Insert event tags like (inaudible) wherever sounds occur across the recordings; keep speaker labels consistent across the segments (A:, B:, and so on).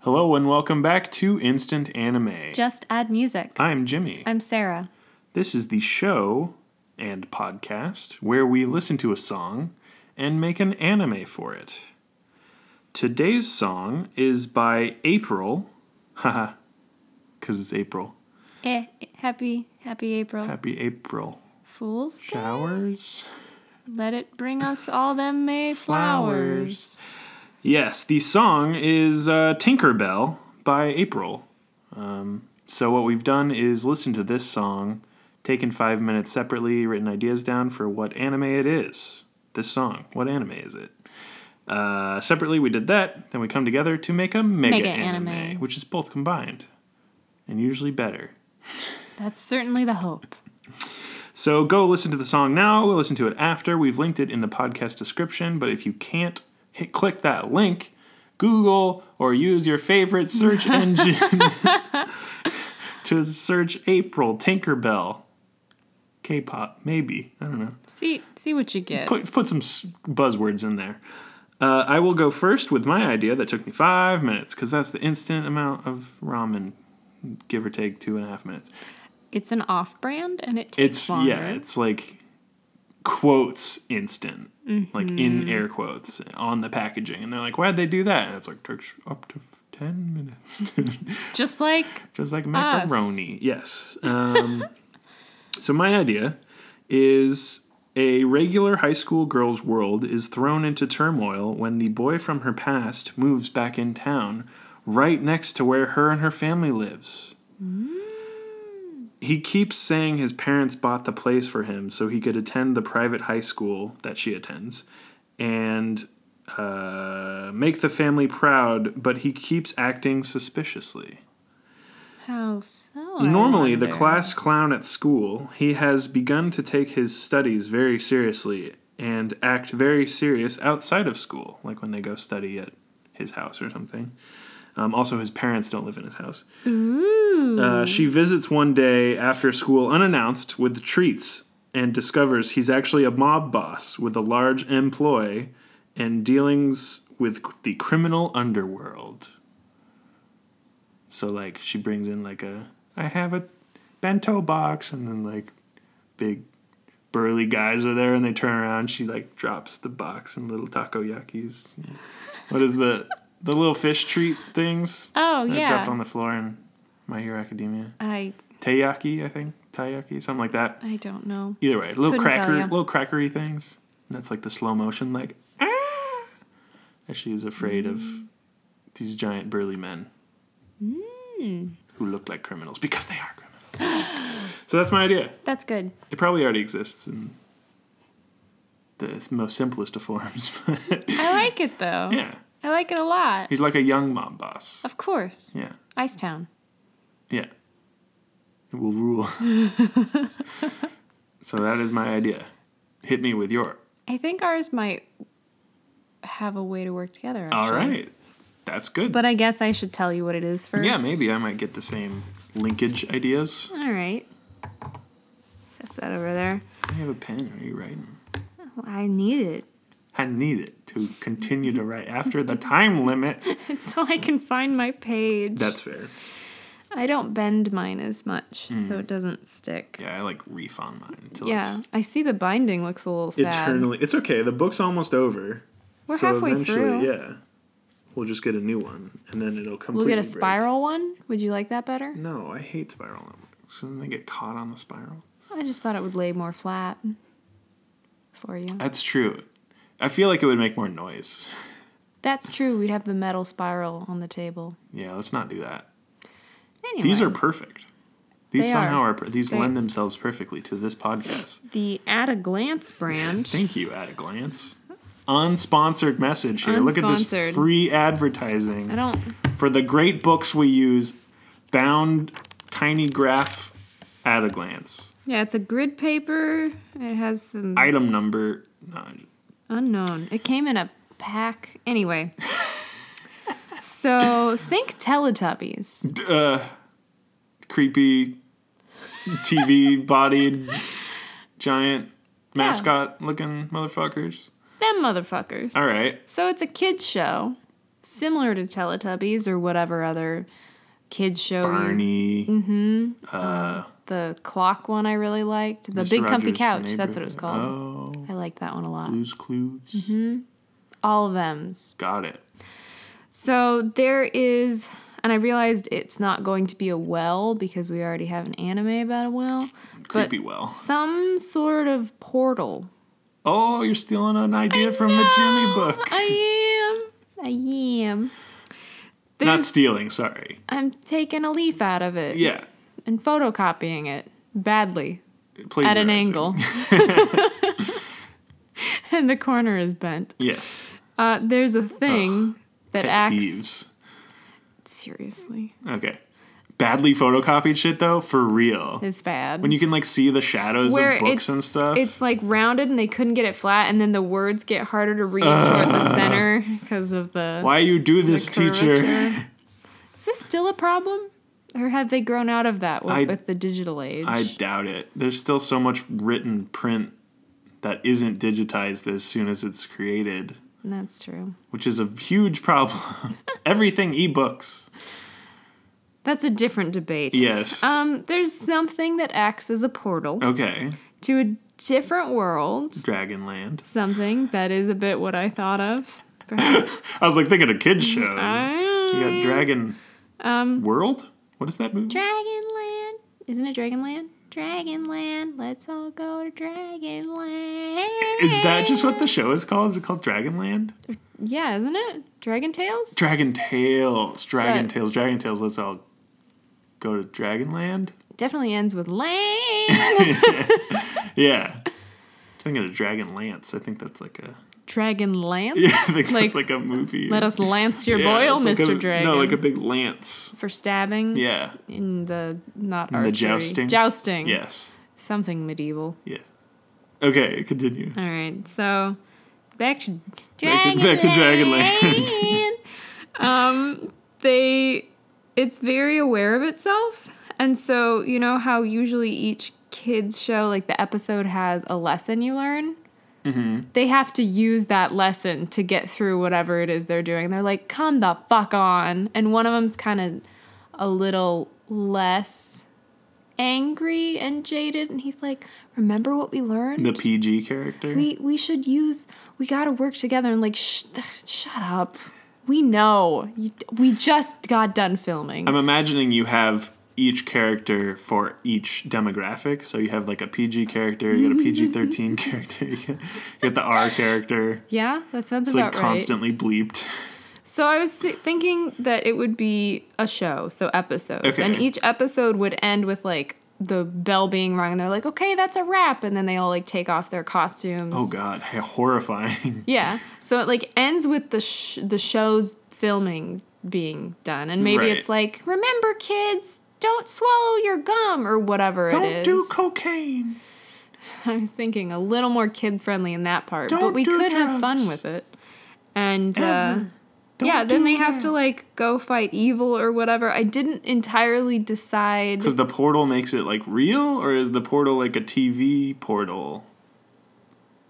A: Hello and welcome back to Instant Anime.
B: Just add music.
A: I'm Jimmy.
B: I'm Sarah.
A: This is the show and podcast where we listen to a song and make an anime for it. Today's song is by April. (laughs) Haha. Cuz it's April.
B: Eh, happy, happy April.
A: Happy April.
B: Fools. Day.
A: Showers.
B: Let it bring us all them May flowers.
A: Yes, the song is uh, Tinkerbell by April. Um, so, what we've done is listen to this song, taken five minutes separately, written ideas down for what anime it is. This song, what anime is it? Uh, separately, we did that. Then we come together to make a mega,
B: Mega
A: anime,
B: anime.
A: which is both combined and usually better.
B: That's certainly the hope.
A: So go listen to the song now. We'll listen to it after. We've linked it in the podcast description, but if you can't hit click that link, Google or use your favorite search engine (laughs) to search April Tinkerbell. K-pop, maybe. I don't know.
B: See, see what you get.
A: Put put some s- buzzwords in there. Uh, I will go first with my idea that took me five minutes because that's the instant amount of ramen, give or take two and a half minutes.
B: It's an off-brand, and it takes
A: It's
B: longer.
A: yeah, it's like quotes instant, like in air quotes on the packaging, and they're like, "Why'd they do that?" And it's like takes up to ten minutes, (laughs)
B: Just like
A: just like macaroni. Yes. Um, (laughs) so my idea is a regular high school girl's world is thrown into turmoil when the boy from her past moves back in town, right next to where her and her family lives he keeps saying his parents bought the place for him so he could attend the private high school that she attends and uh, make the family proud, but he keeps acting suspiciously.
B: how so. I
A: Normally, the
B: wonder.
A: class clown at school, he has begun to take his studies very seriously and act very serious outside of school, like when they go study at his house or something. Um, also, his parents don't live in his house.
B: Ooh.
A: Uh, she visits one day after school unannounced with treats and discovers he's actually a mob boss with a large employ and dealings with c- the criminal underworld. So, like, she brings in, like, a I have a bento box, and then, like, big burly guys are there and they turn around. She, like, drops the box and little takoyakis. what is the. The little fish treat things.
B: oh
A: I dropped on
B: yeah.
A: the floor in My Hero Academia.
B: I
A: Taiyaki, I think. Taiyaki, something like that.
B: I don't know.
A: Either way, little
B: Couldn't tell
A: cracker,
B: ya.
A: little crackery things. And that's like the slow motion, like ah. As she is afraid of these giant burly men
B: Mm.
A: who look like criminals because they are criminals. (gasps) so that's my idea.
B: That's good.
A: It probably already exists in the most simplest of forms. (laughs) but
B: I like it though.
A: yeah,
B: I like it a lot.
A: he's like a young mob boss.
B: Of course.
A: Yeah.
B: Ice Town.
A: Yeah. It will
B: (laughs)
A: rule. so that is my idea. Hit me with your.
B: I think ours might have a way to work together. Actually.
A: All right. That's good.
B: But I guess I should tell you what it is first.
A: yeah, maybe I might get the same linkage ideas.
B: All right. Set that over there.
A: I have a pen. Are you writing?
B: Oh, I need it. (laughs)
A: I need it to continue to write after the time limit.
B: It's so I can find my page.
A: That's fair.
B: I don't bend mine as much, so it doesn't stick.
A: Mm-hmm. Yeah, I like reef on mine until
B: Yeah, I see the binding looks a little
A: it's
B: sad.
A: eternally. It's okay. The book's almost over.
B: We're halfway
A: eventually,
B: through.
A: Yeah. We'll just get a new one and then it'll
B: We'll
A: completely
B: get a
A: break.
B: spiral one. Would you like that better?
A: No, I hate spiral notebooks. And they get caught on the spiral.
B: I just thought it would lay more flat for you.
A: That's true. I feel like it would make more noise.
B: That's true. We'd have the metal spiral on the table.
A: Yeah, let's not do that.
B: Anyway,
A: These are perfect. These
B: They
A: somehow
B: are.
A: are. per- these
B: They-
A: lend themselves perfectly to this podcast.
B: the at a glance brand.
A: Thank you, at a
B: (laughs)
A: glance. Unsponsored message here. Look at
B: Unsponsored.
A: this free
B: I
A: advertising
B: don't.
A: for the great books we use. Bound tiny graph at a glance.
B: Yeah, it's a grid paper. It has some
A: Item number. No,
B: unknown. It came in a pack.
A: (laughs)
B: Anyway. so think Teletubbies.
A: uh, creepy
B: (laughs)
A: TV bodied giant mascot looking motherfuckers.
B: Them motherfuckers.
A: All right.
B: So it's a kids show similar to Teletubbies or whatever other kids show. you-
A: Barney.
B: Mm, The clock one I really liked. The
A: Mr.
B: Big Comfy
A: Rogers'
B: Couch. That's what it was
A: Neighborhood.
B: called. Mm-hmm.
A: Oh,
B: I liked that one a lot.
A: Blue's Clues.
B: All of them's
A: Got it.
B: So there is, and I realized it's not going to be a well because we already have an anime about a well, but
A: Creepy well.
B: some sort of portal.
A: Oh, you're stealing an idea from the Jimmy book.
B: I am. I am.
A: Not
B: There's,
A: stealing, sorry.
B: I'm taking a leaf out of it
A: Yeah.
B: and photocopying it badly at
A: plagiarizing. (laughs)
B: an angle. (laughs) and the corner is bent.
A: Yes.
B: Uh, there's a thing that
A: Pet
B: acts.
A: peeves.
B: Seriously.
A: Okay. Badly photocopied shit though, for real.
B: It's bad.
A: When you can like see the shadows of books
B: it's,
A: and stuff.
B: It's like rounded and they couldn't get it flat, and then the words get harder to read toward the center (laughs) because of the.
A: Why you do
B: the
A: this, teacher?
B: curvature. Is this still a problem? Or have they grown out of that with,
A: I-
B: with the digital age?
A: I doubt it. There's still so much written print that isn't digitized as soon as it's created,
B: That's true.
A: which is a huge problem. (laughs) Everything ebooks.
B: That's a different debate.
A: Yes.
B: Um, there's something that acts as a portal
A: okay.
B: to a different world.
A: Dragonland.
B: Something that is a bit what I thought of.
A: (coughs)
B: Perhaps.
A: I was like thinking of kids shows. you
B: Mm, I- Um,
A: got Dragon World? What is that movie?
B: Dragonland. Isn't it Dragonland? Dragonland. Let's all go to Dragonland.
A: Is that just what the show is called? Is it called Dragonland?
B: Yeah, isn't it? Dragon Tales?
A: Dragon Tales. Dragon
B: But-
A: Tales. Dragon Tales. Let's all go to Dragonland.
B: Definitely ends with
A: (laughs)
B: land. (laughs)
A: Yeah. I'm thinking of Dragon Lance. I think that's like a.
B: Dragon Lance?
A: (laughs) Yeah, I think
B: Like,
A: that's like a movie.
B: Let us lance your
A: Yeah,
B: boil,
A: it's
B: Mr.
A: Like a,
B: Dragon.
A: No, like a big lance.
B: for stabbing
A: Yeah.
B: in the not
A: the
B: archery.
A: jousting?
B: Jousting.
A: Yes.
B: Something medieval.
A: Yes. Okay, continue.
B: All right. So back to
A: Back to- back to Dragonland.
B: Dragonland. (laughs) um, they, it's very aware of itself, and so you know how usually each kids show like the episode has a lesson you learn.
A: Mm-hmm.
B: They have to use that lesson to get through whatever it is they're doing. They're like, "Come the fuck on!" And one of them's kind of a little less angry and jaded, and he's like, "Remember what we learned?"
A: The PG character.
B: we we should use we gotta work together and like sh- th- shut up we know You- we just got done filming
A: I'm imagining you have each character for each demographic. So you have like a PG character,
B: (laughs)
A: you got a PG 13 character, (laughs) you got you got the R character.
B: yeah that sounds
A: It's like
B: about right
A: constantly bleeped.
B: so i was th- thinking that it would be a show so episodes
A: Okay.
B: and each episode would end with like the bell being rung and they're like okay that's a wrap and then they all like take off their costumes
A: Oh god, (laughs) how horrifying.
B: yeah so it like ends with the sh- the show's filming being done and maybe
A: Right.
B: it's like remember kids don't swallow your gum or whatever it
A: Don't
B: is. (laughs)
A: do cocaine.
B: I was thinking a little more kid friendly in that part, but
A: Don't
B: we
A: do
B: could have fun
A: drugs.
B: with it. And uh,
A: Ever. Don't
B: yeah, then
A: do
B: they have
A: that.
B: to like go fight evil or whatever. I didn't entirely decide.
A: Because the portal makes it like real, or is the portal like a TV portal?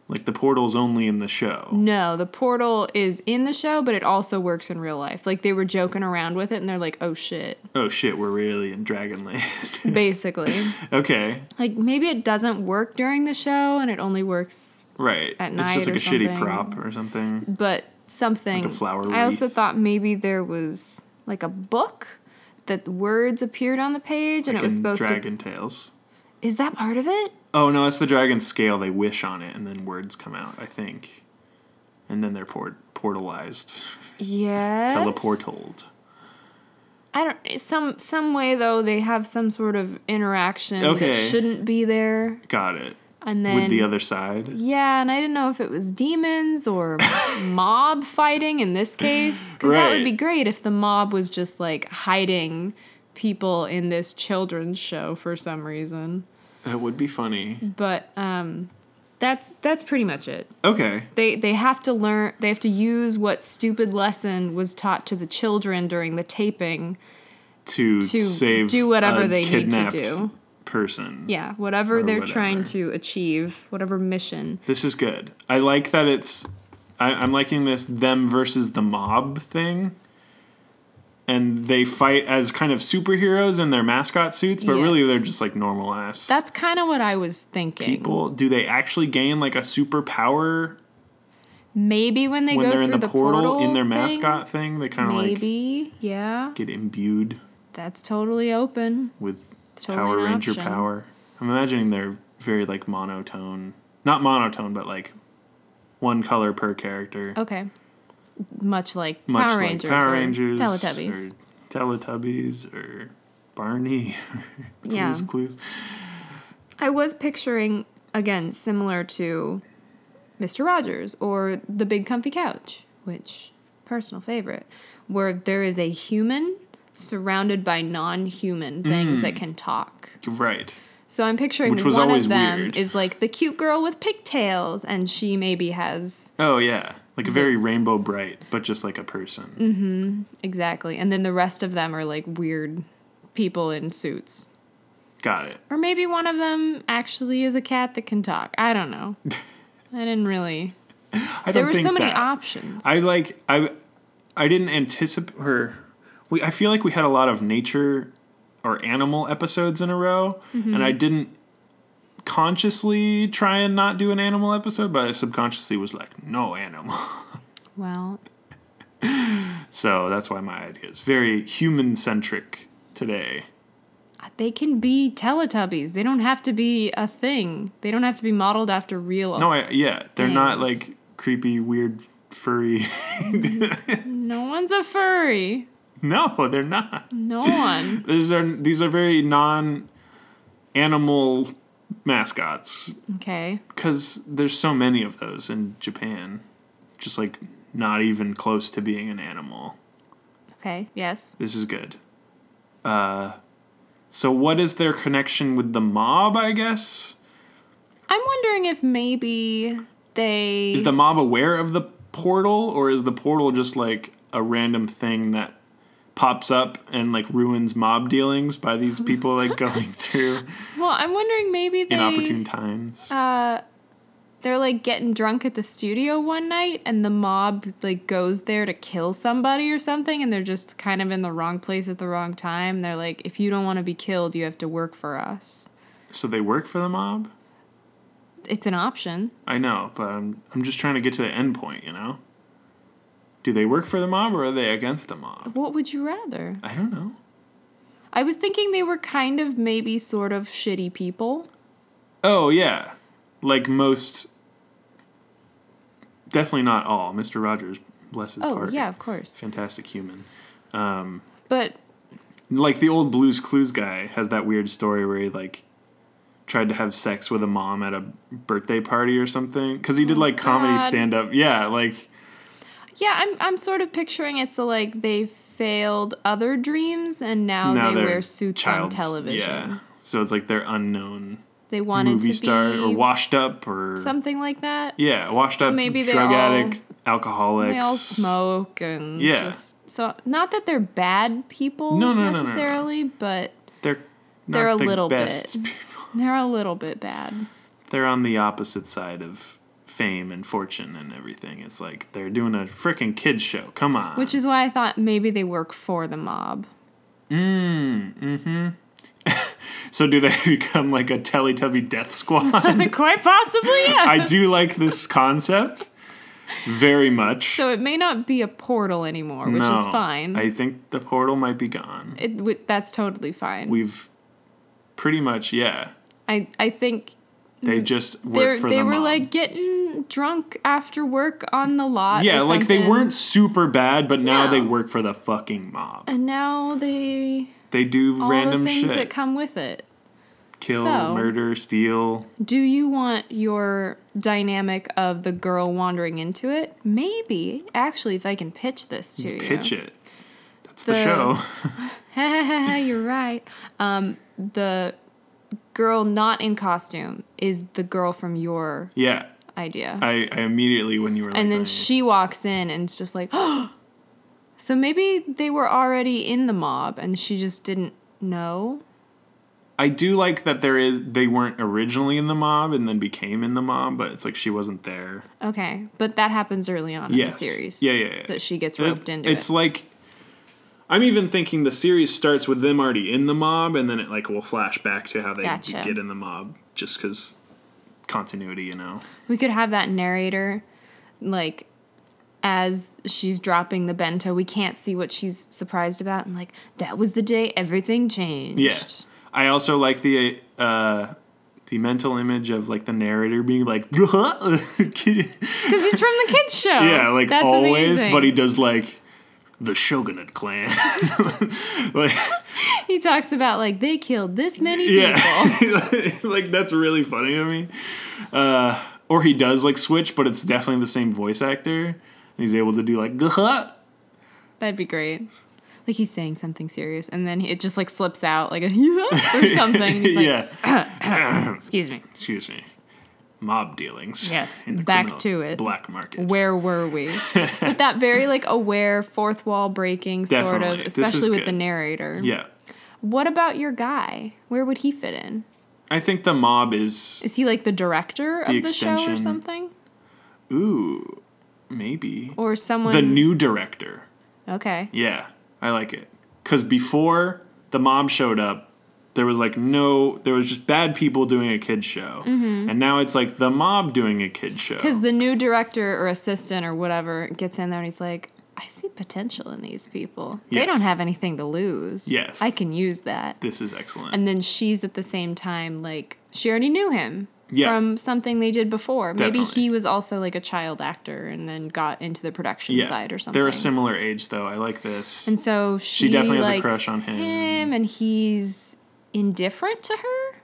A: Like the portal's only in the show.
B: No, the portal is in the show, but it also works in real life. Like they were joking around with it, and they're like,
A: (laughs)
B: "Oh shit!"
A: Oh shit, we're really in Dragonland.
B: Basically,
A: (laughs) okay,
B: like maybe it doesn't work during the show, and it only works,
A: right.
B: At
A: it's just
B: night
A: like a
B: or
A: shitty
B: something.
A: prop or something.
B: but something.
A: Like a flower
B: I also
A: wreath.
B: thought maybe there was like a book that words appeared on the page, and it was
A: in
B: supposed to
A: Dragon Tales.
B: Is that part of it?
A: Oh no, it's the dragon scale. They wish on it, and then words come out. I think, and then they're port- portalized,
B: Yes.
A: teleportold.
B: I don't. Some some way though they have some sort of interaction
A: Okay.
B: that shouldn't be there,
A: Got it.
B: and then
A: With the other side.
B: yeah, and I didn't know if it was
A: (laughs)
B: demons or mob fighting in this case because that would
A: Right.
B: be great if the mob was just like hiding people in this children's show for some reason.
A: That would be funny.
B: But um, that's that's pretty much it.
A: Okay.
B: they they have to learn they have to use what stupid lesson was taught to the children during the taping
A: To,
B: To
A: save
B: do whatever
A: a
B: they need to
A: kidnapped
B: do.
A: Person.
B: yeah whatever they're trying
A: whatever.
B: to achieve whatever mission
A: This is good. I like that it's. I I, I'm liking this them versus the mob thing. And they fight as kind of superheroes in their mascot suits, but really
B: Yes.
A: they're just like normal ass
B: That's kind of what I was thinking.
A: people. Do they actually gain like a superpower
B: Maybe when they
A: when
B: go
A: they're
B: through
A: in the, portal, in their
B: thing,
A: mascot thing? They kind of like
B: Maybe, yeah.
A: get imbued
B: That's totally open.
A: with
B: Totally
A: Power
B: an
A: Ranger
B: option.
A: power. I'm imagining they're very like monotone, not monotone, but like one color per character.
B: Okay. Much like
A: Much
B: Power
A: like
B: Rangers,
A: Power
B: or
A: Rangers,
B: Teletubbies.
A: or Teletubbies, or Barney, (laughs) or Blue's
B: Yeah.
A: Clues.
B: I was picturing again similar to Mr. Rogers or the Big Comfy Couch, which personal favorite, where there is a human surrounded by non-human things that can talk.
A: Right.
B: So I'm picturing
A: Mm. Which was
B: one
A: always
B: of them
A: weird.
B: is like the cute girl with pigtails, and she maybe has
A: Oh yeah, like a very rainbow bright, but just like a person.
B: Mm. exactly, and then the rest of them are like weird people in suits.
A: Got it.
B: Or maybe one of them actually is a cat that can talk. I
A: (laughs)
B: don't know. I didn't really.
A: I don't
B: There were
A: think
B: so many
A: that.
B: options.
A: I like I I didn't anticipate or we I feel like we had a lot of nature or animal episodes in a row
B: Mm-hmm.
A: and I didn't consciously try and not do an animal episode but I subconsciously was like no animal.
B: well,
A: So that's why my idea is very human centric today.
B: they can be Teletubbies. They don't have to be a thing. They don't have to be modeled after real.
A: No, I yeah, they're not
B: Oh. Thanks.
A: like creepy weird furry. (laughs)
B: no one's a furry.
A: no, they're not. (laughs)
B: No one.
A: These are these are very non animal mascots
B: okay.
A: because there's so many of those in Japan, just like not even close to being an animal.
B: Okay. Yes.
A: This is good. Uh, so what is their connection with the mob? I guess
B: I'm wondering if maybe they.
A: is the mob aware of the portal, or is the portal just like a random thing that pops up and like ruins mob dealings by these people
B: (laughs)
A: like going through
B: well, I'm wondering maybe they.
A: inopportune times?
B: uh, they're like getting drunk at the studio one night, and the mob like goes there to kill somebody or something, and they're just kind of in the wrong place at the wrong time. They're like, if you don't want to be killed, you have to work for us.
A: so they work for the mob.
B: It's an option.
A: I know, but I'm I'm just trying to get to the end point, you know? Do they work for the mob or are they against the mob?
B: What would you rather?
A: I don't know.
B: I was thinking they were kind of maybe sort of shitty people.
A: Oh yeah. Like most definitely not all. Mr. Rogers, bless his
B: Oh,
A: heart.
B: yeah, of course.
A: Fantastic human.
B: But
A: Like the old Blues Clues guy has that weird story where he like tried to have sex with a mom at a birthday party or something cuz he did like comedy
B: Oh, God.
A: stand up. Yeah, like
B: yeah, I'm I'm sort of picturing it's a, like they failed other dreams and now,
A: now
B: Oh, they
A: they're
B: wear suits on
A: childs.
B: television.
A: Yeah. So it's like they're unknown
B: They wanted
A: movie
B: to
A: star
B: be
A: or washed up or
B: something like that.
A: yeah washed up
B: maybe they
A: drug
B: all-
A: addict alcoholics
B: They all smoke and
A: Yeah.
B: just so not that they're bad people
A: No, no, no, no, no.
B: necessarily, but
A: they're not
B: They're a
A: the
B: little
A: best
B: bit.
A: people.
B: they're a little bit bad.
A: they're on the opposite side of fame and fortune and everything it's like they're doing a freaking kids show come on
B: Which is why I thought maybe they work for the mob. (laughs)
A: so do they (laughs) become like a teletubby death squad (laughs)
B: Quite possibly, yeah.
A: i do like this concept very much
B: So it may not be a portal anymore, which is
A: No,
B: fine.
A: i think the portal might be gone
B: it, w- that's totally fine.
A: we've pretty much yeah
B: I, I think
A: they just
B: they
A: work for
B: Mm. they
A: the
B: were
A: mob.
B: like getting drunk after work on the lot.
A: Yeah,
B: or
A: like they
B: something.
A: weren't super bad, but now
B: No.
A: they work for the fucking mob.
B: And now they
A: They do
B: all
A: random
B: the things
A: shit.
B: that come with it.
A: Kill,
B: so-
A: murder, steal.
B: Do you want your dynamic of the girl wandering into it? Maybe actually, if I can pitch this to you,
A: Pitch it. That's the,
B: The-
A: show.
B: (laughs)
A: (laughs)
B: You're right. Um, the girl not in costume is the girl from your
A: yeah.
B: idea.
A: I, I immediately when you were like "Oh,
B: and then
A: that,
B: she walks in and it's just like, (gasps) oh. So maybe they were already in the mob and she just didn't know.
A: I do like that there is they weren't originally in the mob and then became in the mob, but it's like she wasn't there.
B: Okay, but that happens early on
A: Yes.
B: in the series.
A: Yeah, yeah, yeah.
B: That she gets roped
A: It-
B: into
A: it's
B: it.
A: like I'm even thinking the series starts with them already in the mob, and then it like will flash back to how they
B: Gotcha.
A: get in the mob, just because continuity, you know.
B: we could have that narrator, like, as she's dropping the bento, we can't see what she's surprised about, and like that was the day everything changed.
A: Yeah, I also like the uh, the mental image of like the narrator being like, (laughs)
B: because he's from the kids show.
A: yeah, like
B: that's
A: always,
B: amazing.
A: but he does like the Shogunate clan, (laughs) like.
B: He talks about like they killed this
A: (laughs)
B: many people.
A: Yeah, like that's really funny to me. Uh, or he does like switch, but it's definitely the same voice actor, and he's able to do like (laughs) "Gah-huh."
B: That'd be great. Like he's saying something serious, and then it just like slips out like (laughs) a or something. and he's like,
A: yeah.
B: Excuse me.
A: Excuse me. Mob dealings.
B: Yes,
A: in the
B: back
A: criminal
B: to it.
A: Black market.
B: Where were we? but that very like aware fourth wall breaking sort
A: Definitely.
B: of,
A: This
B: especially
A: is
B: with
A: good.
B: the narrator.
A: yeah,
B: What about your guy? Where would he fit in?
A: I think the mob is.
B: Is he like the director of
A: The
B: the, show or
A: extension.
B: something?
A: Ooh, maybe
B: Or someone
A: the new director.
B: Okay.
A: Yeah, I like it. Because before the mob showed up, there was like no, there was just bad people doing a kids show, and now it's like the mob doing a kids show.
B: Mm-hmm. Because the new director or assistant or whatever gets in there and he's like, I see potential in these people. They
A: Yes.
B: don't have anything to lose.
A: Yes.
B: I can use that.
A: This is excellent.
B: and then she's at the same time like she already knew him
A: Yeah.
B: from something they did before. Maybe
A: Definitely.
B: he was also like a child actor and then got into the production
A: yeah,
B: side or something.
A: they're a similar age though. I like this.
B: and so she,
A: definitely has a
B: likes
A: crush on him.
B: and he's indifferent to her.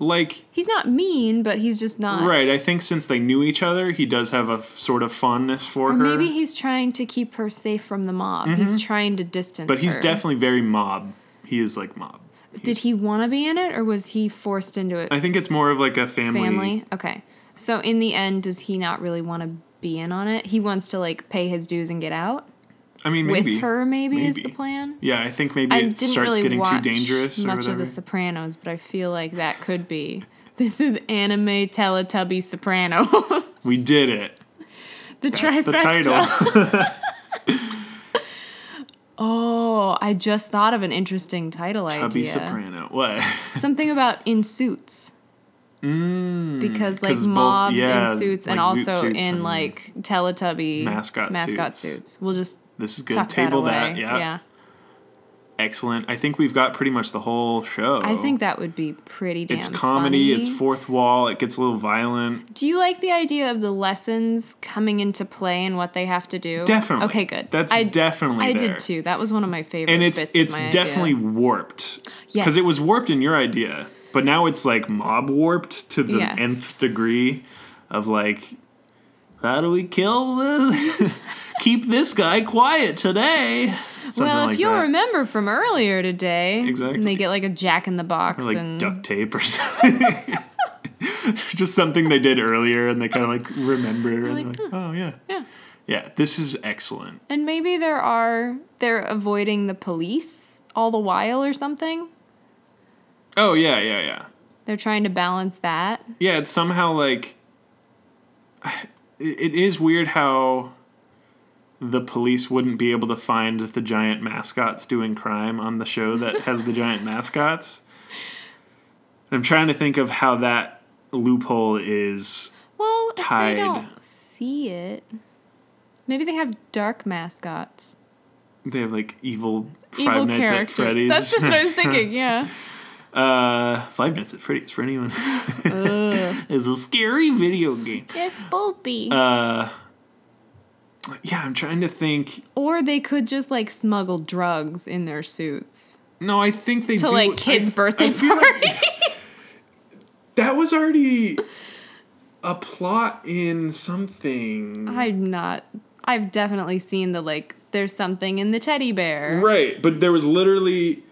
A: like
B: He's not mean, but he's just not
A: right, I think since they knew each other, he does have a f- sort of fondness for
B: or
A: her. Mm-hmm.
B: maybe he's trying to keep her safe from the mob. He's trying to distance.
A: but he's
B: her.
A: definitely very mob. He is like mob.
B: Did he want to be in it, or was he forced into it?
A: I think it's more of like a family.
B: family. Okay. So in the end, does he not really want to be in on it? He wants to like pay his dues and get out
A: I mean, maybe
B: with her. Maybe, is the
A: Maybe.
B: plan.
A: Yeah, I think maybe
B: I
A: it
B: didn't
A: starts
B: really
A: getting too
B: watch
A: dangerous or
B: much
A: whatever.
B: of The Sopranos, but I feel like that could be. This is anime Teletubby Soprano. (laughs)
A: we did it.
B: the
A: That's
B: trifecta.
A: the title.
B: Oh, I just thought of an interesting title
A: Tubby
B: idea.
A: Soprano. What?
B: Something about in suits.
A: Mm,
B: Because
A: 'cause
B: like
A: it's both-
B: mobs
A: yeah,
B: in suits and
A: like zoot
B: also
A: suits
B: in
A: and-
B: like Teletubby
A: Mascot
B: mascot
A: suits.
B: suits. We'll just
A: This is good.
B: tuck
A: Table
B: that,
A: that.
B: away.
A: Yeah.
B: yeah.
A: Excellent. I think we've got pretty much the whole show.
B: I think that would be pretty damn.
A: it's comedy.
B: funny.
A: It's fourth wall. It gets a little violent.
B: Do you like the idea of the lessons coming into play and what they have to do?
A: Definitely.
B: Oh, Okay, good.
A: That's
B: I,
A: definitely.
B: I
A: there.
B: did too. That was one of my favorite.
A: And it's
B: bits
A: it's
B: of my
A: definitely
B: idea.
A: warped.
B: Yes.
A: Because it was warped in your idea, but now it's like mob warped to the
B: Yes.
A: nth degree of like, how do we kill this? (laughs) Keep this guy quiet today. Something
B: Well, if
A: like
B: you'll
A: that.
B: remember from earlier today,
A: Exactly.
B: they get like a jack in the box
A: Or, like
B: and
A: duct tape or (laughs) something. Just something they did earlier and they kind of like remember and
B: like,
A: they're like, oh yeah.
B: yeah.
A: Yeah, this is excellent.
B: And maybe there are they're avoiding the police all the while or something.
A: Oh yeah, yeah, yeah.
B: They're trying to balance that.
A: yeah, it's somehow like (sighs) it, it is weird how the police wouldn't be able to find the giant mascots doing crime on the show that has the
B: (laughs)
A: giant mascots. I'm trying to think of how that loophole is.
B: Well, if they
A: Tied.
B: don't see it, maybe they have dark mascots.
A: They have like evil Five
B: evil
A: Nights at
B: character.
A: Freddy's.
B: That's just what I was thinking. Yeah.
A: (laughs) Uh, Five Nights at Freddy's for anyone (laughs) is a scary video game.
B: It's Spoopy.
A: Uh, yeah, I'm trying to think.
B: or they could just like smuggle drugs in their suits
A: No, I think they
B: to
A: do-
B: like kids'
A: I-
B: birthday
A: I feel like
B: party.
A: (laughs) that was already a plot in something.
B: I'm not. I've definitely seen the like. There's something in the teddy bear.
A: right, but there was literally.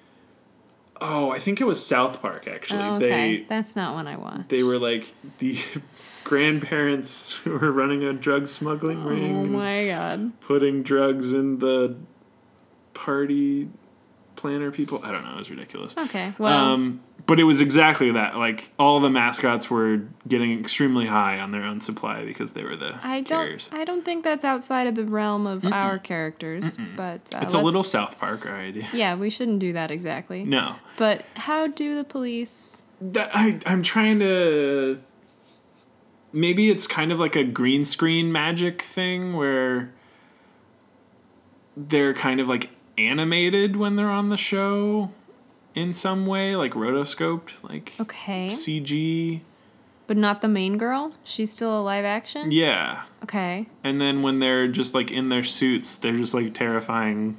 A: Oh, I think it was South Park actually.
B: Oh, okay,
A: They
B: that's not one I want.
A: they were like the (laughs) grandparents (laughs) who were running a drug smuggling
B: Oh
A: ring, and
B: my god.
A: putting drugs in the party planner people. I don't know. It was ridiculous.
B: Okay. Well,
A: Um, but it was exactly that. Like all the mascots were getting extremely high on their own supply because they were the
B: I don't.
A: carriers.
B: I don't think that's outside of the realm of our characters, but uh,
A: It's a little
B: let's-
A: South Park, our idea.
B: Yeah, we shouldn't do that exactly.
A: No,
B: But how do the police?
A: that, I, I'm trying to. Maybe it's kind of like a green screen magic thing where they're kind of like animated when they're on the show in some way, like rotoscoped, like
B: Okay,
A: CG.
B: but not the main girl. She's still a live action.
A: Yeah.
B: Okay.
A: And then when they're just like in their suits, they're just like terrifying,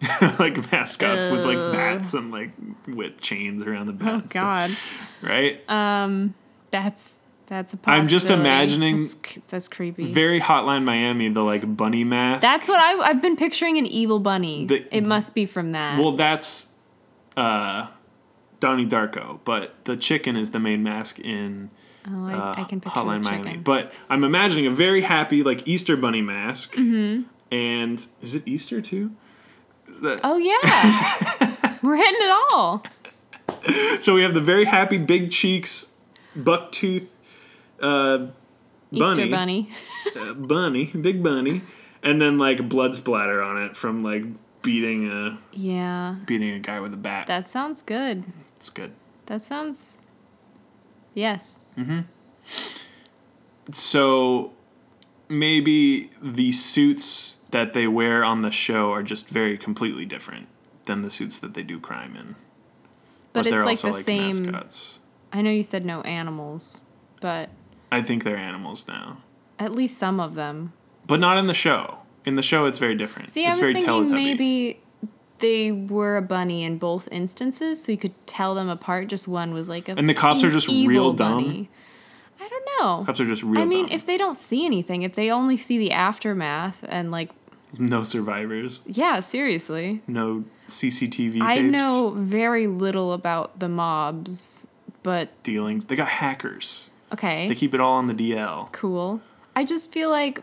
A: (laughs) like mascots with like bats and like with chains around the back.
B: Oh
A: and stuff,
B: God.
A: Right?
B: Um, that's that's a.
A: I'm just
B: possibility.
A: imagining-
B: That's, c- that's creepy.
A: Very Hotline Miami, the like bunny mask.
B: Mm-hmm. that's what I, I've been picturing an evil bunny.
A: The-
B: it must be from that.
A: well, that's uh, Donnie Darko, but the chicken is the main mask in
B: oh, I,
A: uh,
B: I can picture
A: Hotline
B: the
A: Miami.
B: chicken.
A: But I'm imagining a very happy like Easter bunny mask,
B: Mm-hmm.
A: and is it Easter too? Is that-
B: oh yeah,
A: (laughs)
B: we're hitting it all.
A: So we have the very happy big cheeks, buck tooth, uh, bunny,
B: Easter bunny.
A: uh, bunny, big bunny, and then like blood splatter on it from like beating a
B: Yeah,
A: beating a guy with a bat.
B: that sounds good.
A: it's good.
B: That sounds. Yes.
A: So maybe the suits that they wear on the show are just very completely different than the suits that they do crime in.
B: But,
A: they're
B: it's
A: also
B: like the
A: like
B: same.
A: mascots.
B: I know you said no animals, but
A: I think they're animals now,
B: at least some of them.
A: but not in the show. In the show, it's very different.
B: See,
A: it's
B: I was
A: very
B: thinking
A: Teletubby.
B: maybe they were a bunny in both instances, so you could tell them apart. Just one was like a e-,
A: And the cops are just
B: evil
A: real dumb?
B: bunny. I don't know.
A: Cops are just real.
B: I mean,
A: dumb.
B: if they don't see anything, if they only see the aftermath and like,
A: No survivors.
B: yeah, seriously.
A: No CCTV tapes.
B: I know very little about the mobs, but
A: Dealings. They got hackers.
B: okay.
A: They keep it all on the DL.
B: cool. I just feel like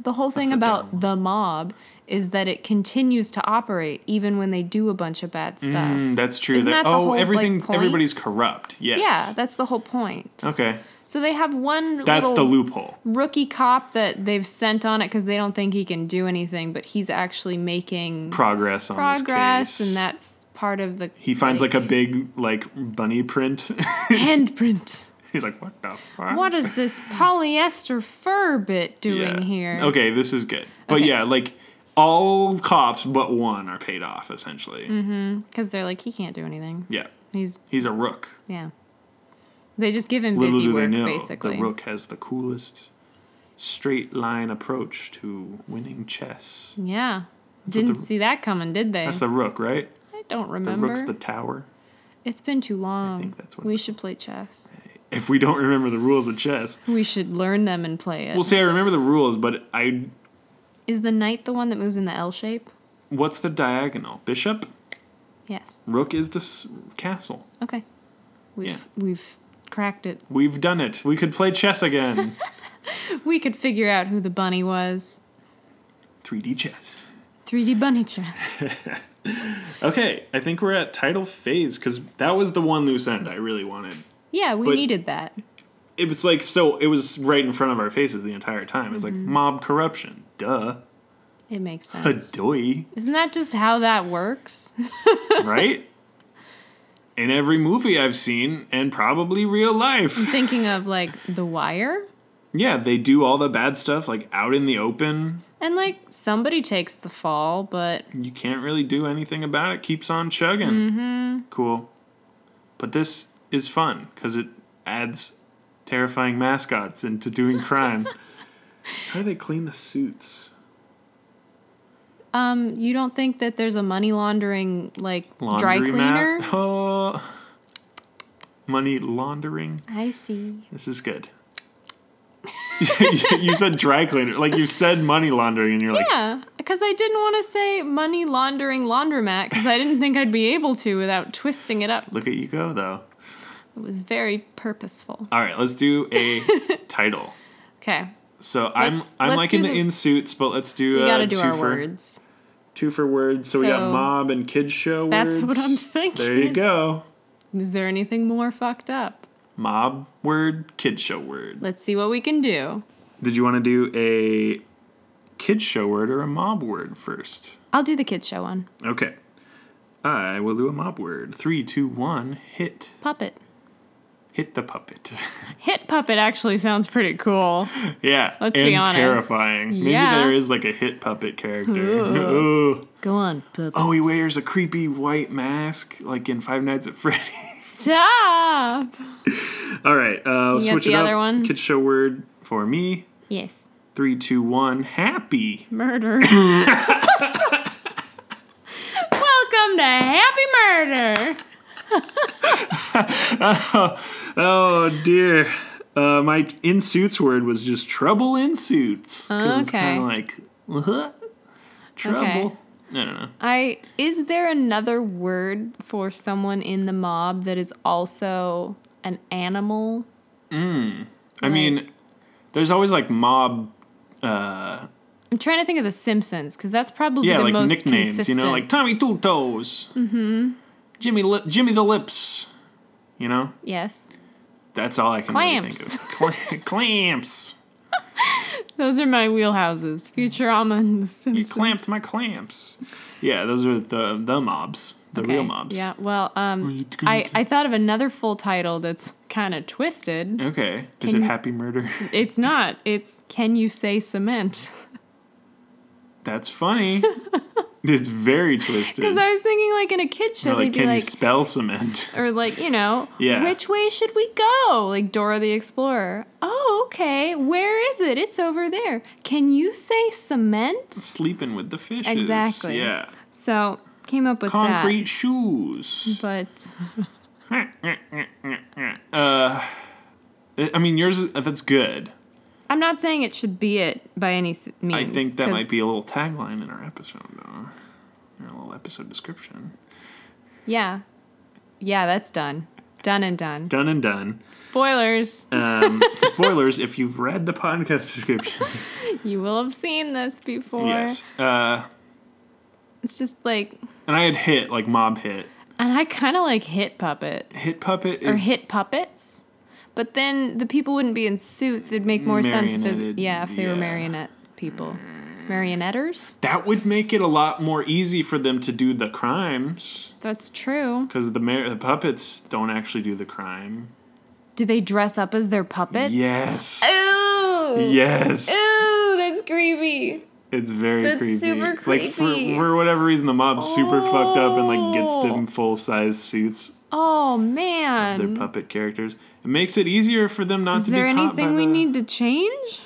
B: the whole thing
A: the
B: about
A: down one.
B: the mob is that it continues to operate even when they do a bunch of bad stuff.
A: Mm, that's true.
B: Isn't
A: That,
B: that the
A: oh,
B: whole, like,
A: everything.
B: point?
A: everybody's corrupt. Yes.
B: Yeah, that's the whole point.
A: okay.
B: So they have one
A: That's
B: little
A: the loophole.
B: rookie cop that they've sent on it because they don't think he can do anything, but he's actually making
A: Progress on
B: progress,
A: this case.
B: and that's part of the
A: he finds like, a big like bunny print. (laughs)
B: handprint.
A: He's like, what the fuck?
B: What is this polyester fur bit doing
A: Yeah.
B: here?
A: Okay, this is good. But
B: Okay.
A: yeah, like all cops but one are paid off essentially.
B: Mm-hmm. Because they're like, he can't do anything.
A: Yeah,
B: He's
A: he's a rook.
B: Yeah. They just give him
A: Little
B: busy
A: do
B: work,
A: they know,
B: basically.
A: the rook has the coolest straight line approach to winning chess.
B: Yeah. Didn't
A: the-
B: see that coming, did they?
A: That's the rook, right?
B: I don't
A: The
B: remember.
A: rook's the tower.
B: it's been too long.
A: think that's what
B: we
A: it's
B: should play chess.
A: If we don't remember the rules of chess,
B: We should learn them and play it.
A: well,
B: Is
A: see, I remember the rules, but I.
B: the knight the one that moves in the L shape?
A: What's the diagonal? Bishop.
B: Yes.
A: Rook is the s- castle.
B: Okay. We've
A: Yeah.
B: we've cracked it.
A: We've done it. We could play chess again.
B: We could figure out who the bunny was.
A: 3D chess.
B: 3D bunny chess.
A: Okay, I think we're at title phase because that was the one loose end I really wanted.
B: Yeah, we
A: But-
B: needed that.
A: It was like so. It was right in front of our faces the entire time. It's like mob corruption. Duh.
B: It
A: (laughs)
B: makes sense.
A: Hadoy.
B: Isn't that just how that works? (laughs)
A: right? In every movie I've seen, and probably real life.
B: Thinking of like The Wire.
A: Yeah, they do all the bad stuff like out in the open.
B: And like somebody takes the fall, but
A: You can't really do anything about it. Keeps on chugging. Mm-hmm. Cool. But this is fun because it adds terrifying mascots into
B: (laughs)
A: doing crime. How do they clean the suits?
B: Um, you don't think that there's a money laundering like dry
A: Laundry
B: cleaner?
A: mat? (laughs) Oh. Money laundering.
B: I see.
A: This is good. (laughs) you said dry cleaner, like you said money laundering, and you're like,
B: Yeah, because I didn't want to say money laundering laundromat because I didn't think I'd be able to without twisting it up.
A: look at you go though.
B: It was very purposeful.
A: All right, let's do
B: (laughs)
A: a title.
B: Okay,
A: So I'm
B: Let's-
A: I'm
B: let's
A: liking
B: do
A: the
B: the-
A: in suits, but let's do
B: we
A: uh,
B: got to do our
A: twofer.
B: words.
A: Two for words. So, we got
B: So-
A: mob and kids show
B: That's
A: words.
B: what I'm thinking.
A: There you go.
B: Is there anything more fucked up?
A: Mob word, kids show word.
B: Let's see what we can do.
A: Did you want to do a kids show word or a mob word first?
B: I'll do the kids show one.
A: Okay. I will do a mob word. Three, two, one, hit.
B: Puppet.
A: Hit the puppet. (laughs)
B: Hit puppet actually sounds pretty cool.
A: yeah.
B: Let's
A: and
B: be honest.
A: terrifying. Maybe
B: Yeah.
A: there is like a hit puppet character. (laughs) Ugh.
B: Go on, puppet.
A: Oh, he wears a creepy white mask like in Five Nights at Freddy's. (laughs)
B: Stop.
A: All right. Uh,
B: You got
A: switch it
B: the
A: up.
B: other one?
A: Kids show word for me.
B: Yes.
A: Three, two, one, happy.
B: Murder. (laughs) Welcome to Happy Murder.
A: Oh dear. Uh, my in suits word was just trouble in suits. 'cause It's
B: Okay.
A: kind of like "Huh? trouble.
B: Okay.
A: I don't know.
B: I is there another word for someone in the mob that is also an animal?
A: I mean, there's always like mob. Uh,
B: I'm trying to think of the Simpsons because that's probably
A: yeah,
B: the
A: like
B: most
A: nicknames.
B: consistent.
A: You know, like Tommy Two Toes. Mm-hmm. Jimmy Li- Jimmy the Lips. You know,
B: Yes,
A: that's all I can really think of.
B: (laughs)
A: Cl- clamps.
B: those are my wheelhouses: Futurama and the
A: You
B: Simpsons.
A: clamped my clamps. Yeah, those are the the mobs, the real
B: Okay,
A: mobs.
B: Yeah. Well, um,
A: Right,
B: I I thought of another full title that's kind
A: (laughs)
B: of twisted.
A: Okay. Is
B: Can
A: it
B: you-
A: Happy Murder?
B: It's not. It's can you say cement?
A: That's
B: (laughs)
A: funny. it's very twisted.
B: Because I was thinking like in a kid show
A: Or,
B: they'd
A: like,
B: be
A: can
B: like.
A: you spell cement? (laughs)
B: or like you know
A: Yeah.
B: which way should we go like dora the explorer oh okay where is it it's over there can you say cement
A: Sleeping with the fishes.
B: Exactly.
A: Yeah.
B: so came up with
A: Concrete shoes.
B: that
A: Uh, I mean, yours. is- That's good.
B: but i'm not saying it should be it by any s-
A: I
B: means
A: think that
B: 'cause
A: might be a little tagline in our episode, though. Or a little episode description.
B: yeah yeah that's done done and done
A: Done and done.
B: spoilers (laughs)
A: Um, spoilers if you've read the podcast description.
B: you will have seen this before
A: yes. Uh,
B: it's just like
A: and I had hit like mob hit.
B: and i kind of like hit puppet
A: Hit puppet is
B: or hit puppets. But then the people wouldn't be in suits. It'd make more sense if it,
A: Marionetted,
B: yeah, if they were
A: yeah.
B: marionette people. Marionetters?
A: that would make it a lot more easy for them to do the crimes
B: That's true.
A: because the, mar- the puppets don't actually do the crime.
B: Do they dress up as their puppets?
A: Yes.
B: Ooh.
A: Yes.
B: Ooh, that's creepy.
A: It's very
B: That's
A: creepy.
B: super
A: Like for,
B: creepy.
A: for whatever reason, the mob's super fucked up and like gets
B: Oh.
A: them full size suits.
B: Oh
A: Their
B: man.
A: puppet characters. It makes it easier for them not
B: Is
A: to
B: there
A: be caught by
B: anything we
A: the-
B: need to change?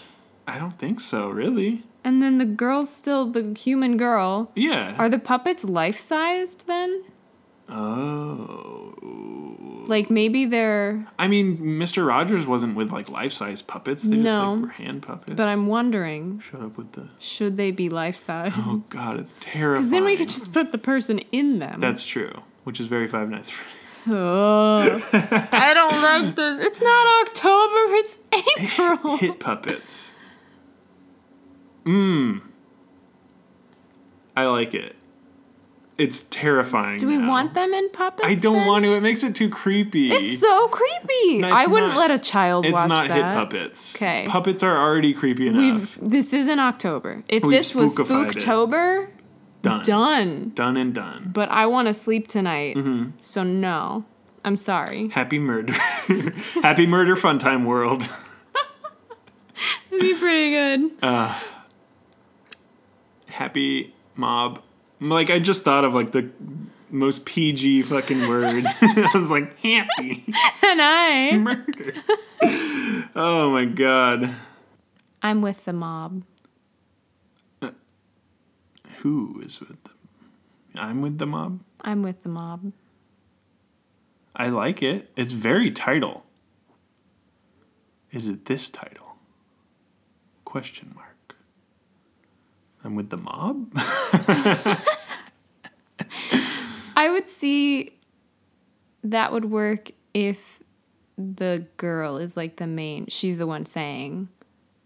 A: I don't think so, really.
B: And then the girl's still the human girl.
A: Yeah.
B: Are the puppets life sized then?
A: oh.
B: Like maybe they're
A: I mean, Mr. Rogers wasn't with like life size puppets. They just
B: No.
A: like were hand puppets.
B: but I'm wondering,
A: Shut up with the.
B: should they be life sized?
A: Oh God, it's terrifying.
B: Because then we could just put the person in them.
A: That's true. Which is very Five Nights. at Freddy's.
B: Ugh. (laughs) I don't like this. It's not October. It's
A: (laughs)
B: April. (laughs)
A: Hit puppets. Mmm. I like it. It's terrifying.
B: Do we
A: now.
B: want them in puppets?
A: I don't
B: then?
A: want to. It makes it too creepy.
B: It's so creepy.
A: No, it's
B: I wouldn't
A: not.
B: let a child
A: It's
B: watch
A: not
B: that.
A: hit puppets.
B: 'Kay.
A: Puppets are already creepy enough.
B: We've this isn't October. If
A: We've
B: this was
A: spookified it.
B: Spooktober,
A: Done.
B: done.
A: Done and done.
B: But I want to sleep tonight.
A: Mm-hmm.
B: So no. I'm sorry.
A: Happy murder. (laughs) Happy murder fun time world. (laughs)
B: It'd be pretty good.
A: Uh, Happy mob. Like I just thought of like the most PG fucking word. (laughs) I was like happy
B: (laughs)
A: (laughs)
B: and I (laughs)
A: murder. Oh my god.
B: I'm with the mob.
A: Who is with them? I'm with the mob.
B: I'm with the mob.
A: I like it. It's very title. Is it this title? Question mark. I'm with the mob? (laughs)
B: I would see that would work if the girl is like the main, she's the one saying,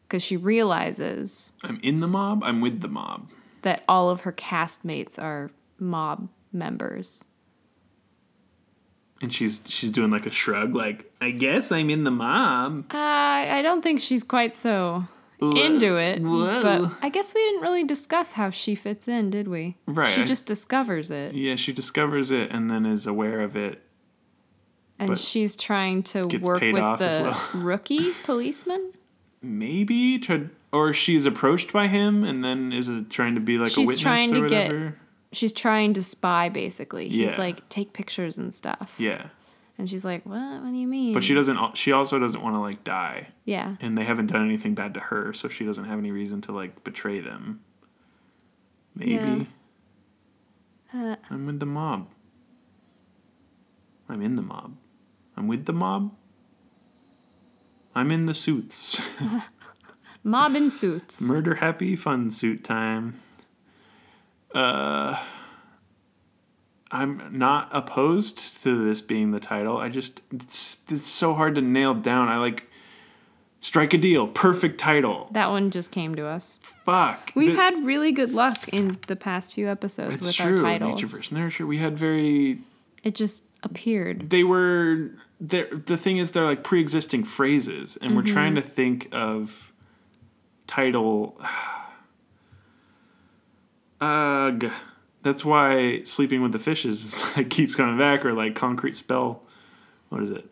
B: because she realizes
A: I'm in the mob. I'm with the mob.
B: that all of her castmates are mob members.
A: And she's she's doing like a shrug, like I guess I'm in the mob.
B: Uh, I don't think she's quite so into it.
A: Whoa.
B: But I guess we didn't really discuss how she fits in, did we?
A: Right.
B: She just discovers it.
A: Yeah, she discovers it and then is aware of it.
B: and
A: but
B: she's trying to
A: gets
B: work
A: paid
B: with
A: off as
B: the
A: well. (laughs)
B: rookie policeman.
A: Maybe to or she's approached by him and then is uh trying to be like a
B: She's
A: witness
B: trying
A: or
B: to get-
A: whatever.
B: She's trying to spy basically. He's
A: Yeah.
B: like, take pictures and stuff.
A: Yeah.
B: And she's like, What what do you mean?
A: But she doesn't al- she also doesn't want to like die.
B: Yeah.
A: and they haven't done anything bad to her, so she doesn't have any reason to like betray them. Maybe
B: Yeah. Uh,
A: I'm with the mob. I'm in the mob. I'm with the mob. I'm in the suits. (laughs)
B: mob in suits.
A: Murder happy fun suit time. Uh I'm not opposed to this being the title. I just it's, it's so hard to nail down. I like strike a deal, perfect title.
B: That one just came to us.
A: Fuck.
B: We've
A: The-
B: had really good luck in the past few episodes
A: It's
B: with
A: true.
B: our titles.
A: Nature versus nurture. We had very.
B: It just appeared.
A: They were. they're- The thing is, they're like pre-existing phrases, and we're trying to
B: Mm-hmm.
A: think of title. (sighs) Ugh. That's why sleeping with the fishes is (laughs) like keeps coming back, or like concrete spell. What is it?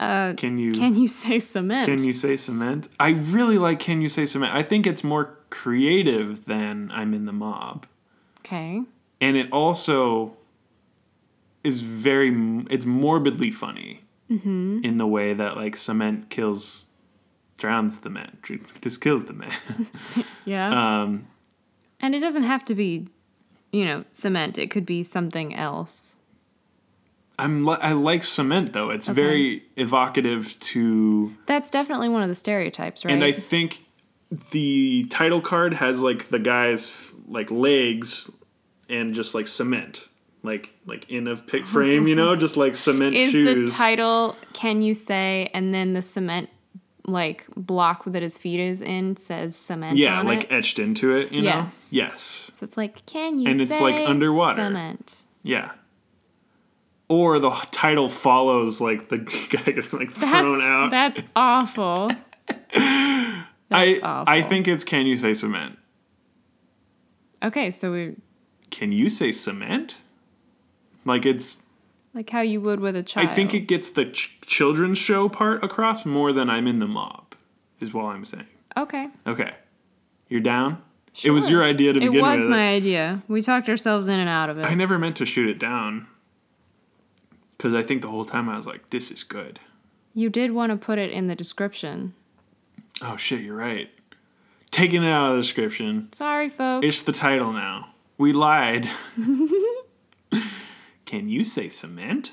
B: Uh,
A: Can you
B: can you say cement?
A: can you say cement? I really like can you say cement. I think it's more creative than I'm in the mob.
B: Okay.
A: and it also is very it's morbidly funny
B: Mm-hmm.
A: in the way that like cement kills drowns the man this kills the man (laughs)
B: Yeah.
A: um
B: and it doesn't have to be, you know, cement. It could be something else.
A: i'm li- i like cement though it's very evocative to
B: That's definitely one of the stereotypes, right?
A: and i think the title card has like the guy's f- like legs and just like cement like like in a pic frame you
B: (laughs)
A: know just like cement
B: is
A: shoes
B: the title "Can You Say?" and then the cement like block that his feet is in says cement.
A: yeah
B: on
A: like
B: it.
A: etched into it you know
B: Yes.
A: yes
B: so it's like "Can you?"
A: and it's, like,
B: say
A: underwater.
B: cement.
A: Yeah. Or the h- title follows like the (laughs) guy getting like thrown
B: That's
A: out. (laughs)
B: that's awful.
A: I
B: That's awful.
A: I think it's can you say cement?
B: Okay, so we
A: Can you say cement? Like it's
B: like how you would with a child.
A: I think it gets the ch- children's show part across more than I'm in the mob is what I'm saying.
B: okay.
A: Okay. You're down? It was
B: Sure.
A: your idea to
B: It
A: begin
B: was
A: with.
B: my idea. We talked ourselves in and out of it.
A: I never meant to shoot it down. Cuz I think the whole time I was like this is good.
B: you did want to put it in the description.
A: Oh shit, you're right. Taking it out of the description.
B: Sorry, folks.
A: It's the title now. We lied. (laughs) Can you say cement?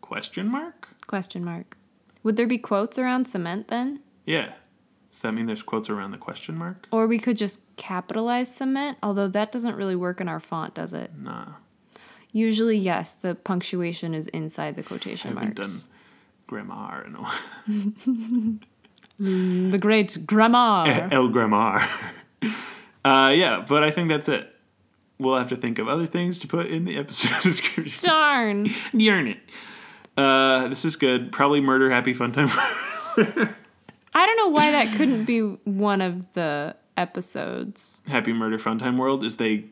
A: Question mark?
B: Question mark. Would there be quotes around cement then?
A: Yeah. Does that mean there's quotes around the question mark?
B: Or we could just capitalize cement, although that doesn't really work in our font, does it?
A: Nah.
B: Usually, yes, the punctuation is inside the quotation
A: haven't
B: marks.
A: Grammar in a while.
B: The great grammar.
A: (laughs) El grammar. uh, yeah, but I think that's it. We'll have to think of other things to put in the episode (laughs) description.
B: Darn.
A: Yarn it. Uh, this is good. Probably murder, happy, fun time.
B: I don't know why that couldn't be one of the episodes.
A: Happy Murder Fun Time World is they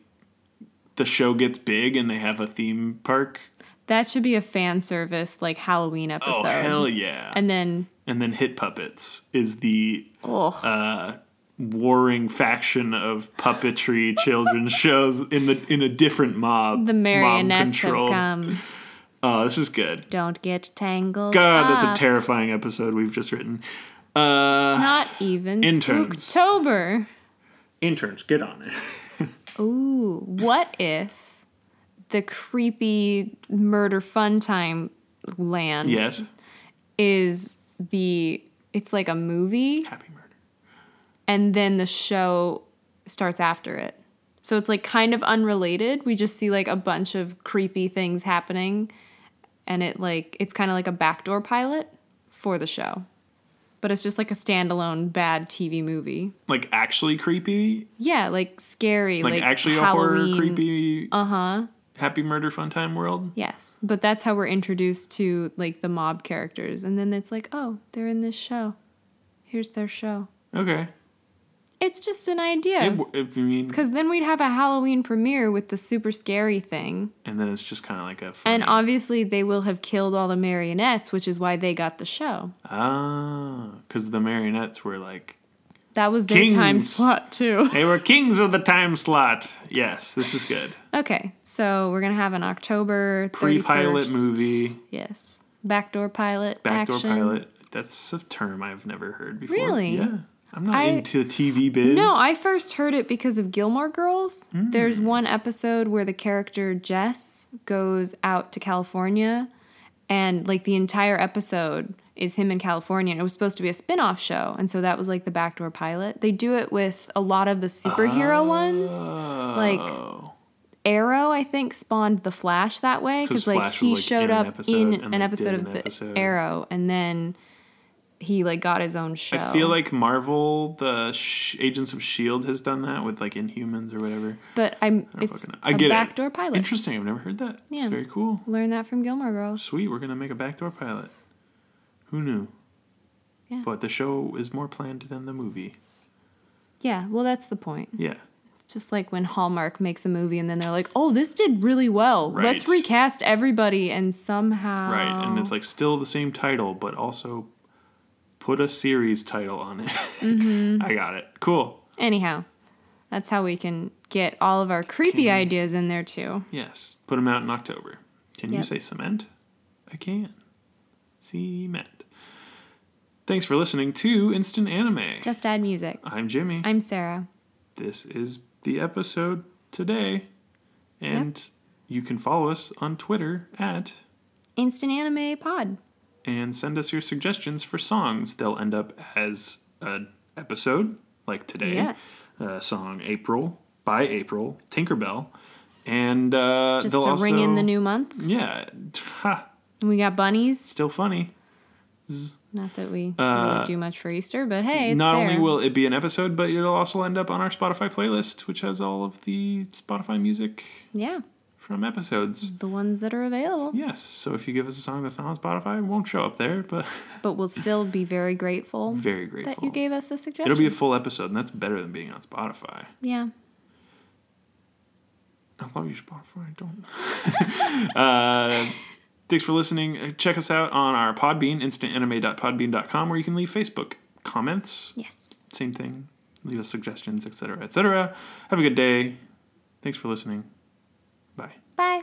A: the show gets big and they have a theme park.
B: That should be a fan service, like Halloween episode.
A: Oh hell yeah. And,
B: And then,
A: then Hit Puppets is the
B: oh,
A: uh warring faction of
B: (laughs)
A: puppetry children's shows in the in a different mob.
B: the
A: mob
B: marionettes have
A: controlled.
B: come.
A: Oh, this is good.
B: Don't get tangled.
A: God, that's
B: up.
A: a terrifying episode we've just written. Uh
B: Not even
A: Interns.
B: Spooktober.
A: interns, get on it.
B: Ooh, what if the creepy murder fun time land
A: Yes.
B: is the it's like a movie
A: Happy murder.
B: and then the show starts after it. So it's like kind of unrelated. We just see like a bunch of creepy things happening and it like it's kind of like a backdoor pilot for the show. but it's just like a standalone bad TV movie.
A: Like actually creepy,
B: Yeah, like scary,
A: like,
B: like,
A: actually
B: Halloween.
A: a horror creepy
B: Uh huh.
A: happy murder fun time world.
B: Yes, but that's how we're introduced to like the mob characters, and then it's like, oh, they're in this show. Here's their show.
A: Okay.
B: It's just an
A: It
B: idea.
A: w if you mean,
B: Because then we'd have a Halloween premiere with the super scary thing.
A: and then it's just kind of like a
B: And
A: funny,
B: obviously, they will have killed all the marionettes, which is why they got the show.
A: ah, because the marionettes were like
B: That was their time
A: Kings.
B: slot, too.
A: they were kings of the time slot. Yes, this is good.
B: (laughs) okay, so we're going to have an October 31st.
A: Pre-pilot movie,
B: Yes. Backdoor pilot.
A: backdoor
B: action.
A: pilot. That's a term I've never heard before.
B: Really?
A: Yeah. I'm not
B: I-
A: into TV biz.
B: No, I first heard it because of Gilmore Girls. There's
A: Mm.
B: one episode where the character Jess goes out to California and like the entire episode is him in California. And it was supposed to be a spin-off show, and so that was like the backdoor pilot. They do it with a lot of the superhero
A: Ah.
B: ones.
A: Oh.
B: Arrow, I think, spawned the Flash that way
A: 'Cause
B: because like
A: Flash
B: he
A: was, like,
B: showed
A: in an
B: up
A: episode
B: in
A: and,
B: an
A: like,
B: episode
A: did
B: of
A: an
B: the
A: episode.
B: Arrow, and then he like got his own show.
A: I feel like Marvel, the sh- Agents of Shield, E has done that with like Inhumans or whatever.
B: but I'm
A: I don't
B: it's
A: fucking know. I
B: a
A: get it.
B: backdoor pilot.
A: Interesting. I've never heard that. It's
B: Yeah.
A: very cool.
B: Learn that from Gilmore Girls.
A: Sweet. We're gonna make a backdoor pilot. Who knew?
B: Yeah.
A: But the show is more planned than the movie.
B: Yeah, well, that's the point.
A: Yeah.
B: It's just like when Hallmark makes a movie and then they're like, oh, this did really well. Let's
A: Right.
B: recast everybody and somehow.
A: Right. And it's
B: Um,
A: like still the same title, but also put a series title on it. (laughs)
B: Mm-hmm.
A: I got it. Cool.
B: Anyhow, that's how we can get all of our creepy
A: Can-
B: ideas in there too.
A: Yes. Put them out in October. Can you
B: Yep.
A: say cement? I can. Cement. Thanks for listening to Instant Anime.
B: Just add music.
A: I'm Jimmy.
B: I'm Sarah.
A: this is the episode today. And you can follow us on Twitter at
B: Instant Anime Pod.
A: and send us your suggestions for songs. They'll end up as an episode like today.
B: Yes.
A: Uh, song April by April Tinkerbell. And uh,
B: Just
A: they'll
B: to
A: also
B: ring in the new month.
A: Yeah. (laughs) Ha,
B: We got bunnies.
A: still funny.
B: Not that we
A: Uh,
B: really do much for Easter, but hey, it's
A: Not
B: there.
A: only will it be an episode, but it'll also end up on our Spotify playlist, which has all of the Spotify music
B: yeah,
A: from episodes.
B: the ones that are available.
A: Yes. So if you give us a song that's not on Spotify, it won't show up there, but (laughs)
B: But we'll still be very grateful
A: very grateful.
B: that you gave us a suggestion.
A: It'll be a full episode, and that's better than being on Spotify.
B: yeah.
A: I love you, Spotify. I don't. (laughs) uh, thanks for listening. Uh, Check us out on our Podbean, instantanime.podbean.com, where you can leave Facebook comments.
B: Yes.
A: Same thing. Leave us suggestions, etc., etc. Have a good day. Thanks for listening. Bye.
B: Bye.